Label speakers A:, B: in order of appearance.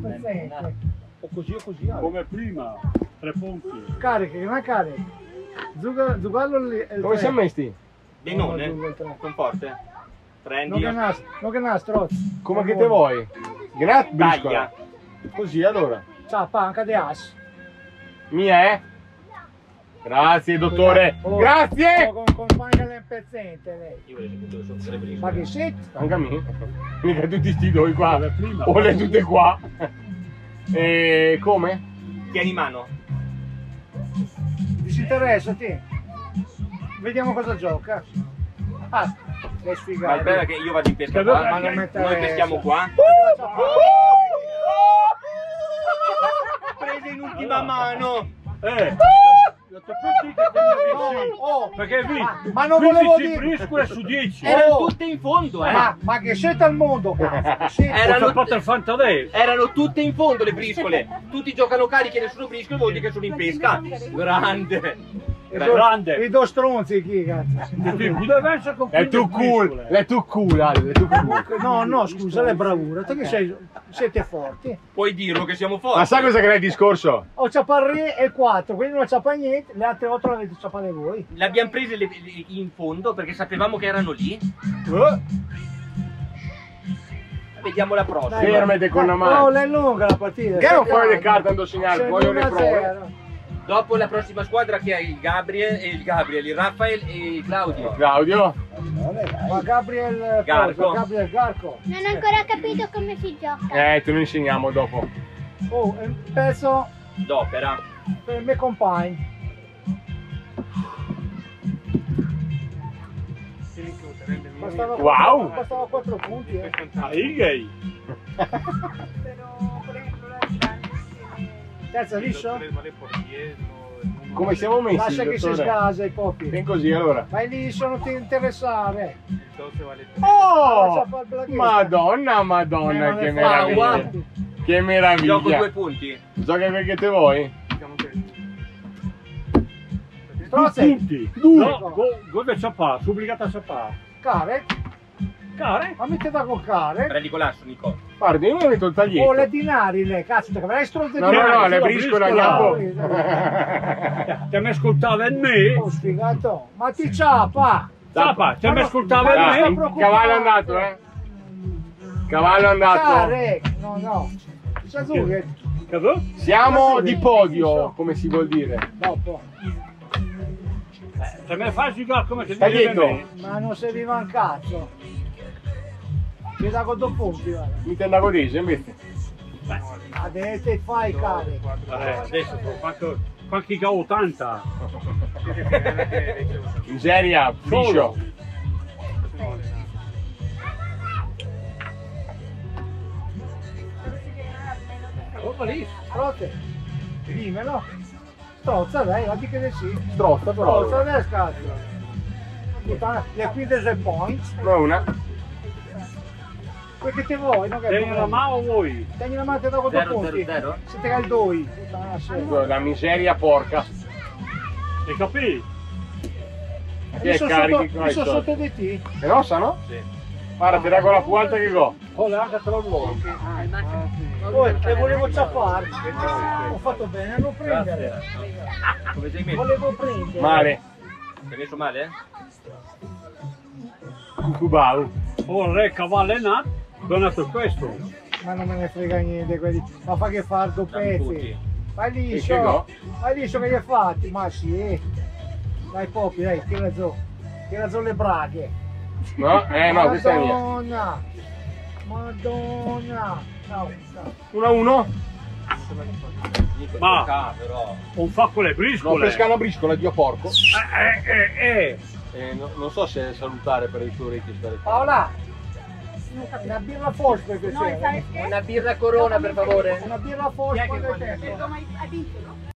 A: Perfetto.
B: O così o così. Ale.
C: Come prima, tre punti.
A: Cariche, ma cariche. Zuga- Zugallo lì. è il
B: Dove
A: tre.
B: siamo messi?
A: Uno,
D: Benone,
A: due, tre.
D: eh? con eh. forte.
A: Non
D: Prendi,
A: che nas, non che nas, troz.
B: Come che te vuoi? Grazie,
D: taglia.
B: briscola. Così allora.
A: Ciao, panca di as.
B: Mia eh? Grazie, dottore.
A: Oh,
B: Grazie!
A: Con, con panca l'impezzente lei.
D: Io volevo che tu lo so, le
A: Ma che
D: briciole.
A: shit?
B: Anche a me. Mica tutti sti doi qua.
C: Come prima.
B: O le tutte qua. E come?
D: Tieni in mano.
A: Disinteressati. Vediamo cosa gioca. Ah, è
D: Ma il bello è
A: sfigato.
D: che io vado in pesca
C: Che
D: qua,
C: bello,
D: ma
C: ma non
D: noi
A: interessa.
D: peschiamo qua. Prese in ultima mano.
C: Eh!
B: Ah!
C: L'ho che
A: Oh,
C: perché vi
A: Ma non volevo
C: 15
A: dire-
C: briscole su 10.
A: Eh,
D: Erano
A: Oh.
D: tutte in fondo, eh.
A: ma, ma che shit al mondo, cazzo. Cioè, che shit.
D: Eh,
C: Ho
D: erano-
C: tappato il fantalè.
D: Erano tutte in fondo le briscole. Tutti giocano carichi e nessuno briscola vuol dire che sono in pesca. Grande.
A: I due-
C: Grande.
A: I due stronzi chi cazzo?
C: Deve essere con
B: Le tu
C: 15
B: cool,
C: briscole.
B: le tu cool, Ale, le tu cool.
A: No, no, scusa, la bravura, tu che sei, siete forti.
D: Puoi dirlo che siamo forti.
B: Ma sai cosa che è il discorso?
A: Ho ciaparri e 4, quindi non ciapa niente, le altre 8 le avete ciappate voi.
D: Le abbiamo prese le- le- in fondo perché sapevamo che erano lì. Eh? Vediamo la prossima.
A: Dai,
B: Fermate con la mano.
A: No, è lunga la partita.
B: Che non
A: stai
B: fai le
A: calmo.
B: carte andando a segnare?
A: Sei
B: Voglio le
A: 1-0.
B: prove.
D: Dopo la prossima squadra che è il Gabriel, e il, Gabriel il Raffaele e il Claudio.
B: Claudio?
A: Ma Gabriel
D: Garco.
A: Cosa? Gabriel Garco.
E: Non ho ancora capito come si gioca.
B: Eh, te lo insegniamo dopo.
A: Oh, è un pezzo
D: D'opera.
A: per me compagni. Bastava
B: Wow.
A: Bastava 4 punti. Eh.
C: Ah, i gay.
F: Pero, por ejemplo, las grandes tienen...
A: Terza liscio?
B: Come siamo messi?
A: Lascia che si
B: dottore?
A: sgasa i popi.
B: Vieni così allora.
A: Vai liscio, non ti interessare.
B: Oh!
A: Lascia fare il blaghista.
B: Madonna,
A: Eh,
B: madonna,
A: non
B: che
A: è facile.
B: meraviglia! Che meraviglia!
D: Gioco due punti.
B: Gioca perché te vuoi?
A: diciamo Strozzi,
C: Tutti.
B: Due.
C: No, go- dove ciappà? Sono obbligato a ciappà.
A: care,
C: Care?
A: ma mettete da coccare.
D: Prendi con l'asso, Nico.
B: Guarda, io mi metto il taglietto.
A: Oh, le dinari, le cazzo, te avrai stronze
B: No, no, no,
C: Sì,
B: le
C: la
B: briscola,
A: briscola.
B: andiamo.
C: Te mi ascoltava in me?
A: Ho Oh, sfigato, ma ti ciapa!
C: Ciappà, te mi ascoltava
A: Ma
B: Dai,
C: in
A: non
C: me?
A: preoccupare.
B: cavallo è andato, eh? Cavallo è andato.
A: Care, no, no. C'è tu che
C: Cavolo?
B: Siamo di podio, come si vuol dire.
A: dopo,
C: Se me fai giocare come ti
B: Stai
C: dice
B: zitto.
C: me.
A: ma non serviva un cazzo. Ti da con due punti, guarda.
B: Mi tenda a invece.
A: Adesso te fai care.
C: Vabbè, adesso sono quanto- quanti che ho 80.
B: Miseria,
C: Solo.
B: liscio.
A: Trote, dimmelo. Strozza, dai, la che ne sì.
B: Strozza
A: Strozza,
B: però.
A: dai, scazzo. Puttana, Le quinte sei points,
B: No, una.
A: quel che ti vuoi, no? Che
C: Tieni la mano o vuoi?
A: Tieni la mano, ti da con due
D: 0 0
A: punti.
D: 0
A: Siete caldoi. Puttana, sì.
B: La miseria porca.
C: E capì?
B: Chi
A: Io
B: è
A: sono
B: Eh, carichi
A: sotto,
B: con
A: io
B: i
A: sono
B: soldi?
A: sotto di te.
B: È rossa, no? Guarda, ti dà con la più alta che go.
C: Ho le anche tra loro.
A: Poi, e volevo ciappare. Ho fatto bene a non prendere.
D: Come sei messo?
A: Volevo prendere.
B: Male.
D: Sei messo male? eh?
B: Cucubau.
C: Oh, re cavallo è nato, donato questo.
A: Ma non me ne frega niente quelli. Ma fa che far due pezzi.
D: Tutti.
A: Vai
B: E che
A: liscio.
B: no?
A: Vai liscio che gli hai fatti. Ma sì. eh. Dai Popi, dai, tira giù. Tira giù le braghe.
B: No? Eh no, questa è mia.
A: Madonna. Madonna. No, no.
B: 1-1.
D: Nico,
C: Ma-
D: tocca, però.
C: Non fa con le
B: No,
C: briscole.
B: pesca una briscola, Dio porco.
C: Eh, eh, eh, eh.
B: non so se salutare per il tuo orecchio stare
A: Paola,
F: No,
A: una birra forte per
F: No, ¿y
A: piacere.
F: ¿sabes qué?
D: Una birra corona, per favore.
A: Una birra forte quando è tempo.
F: Toma, ahí- ahí pinto, ¿no?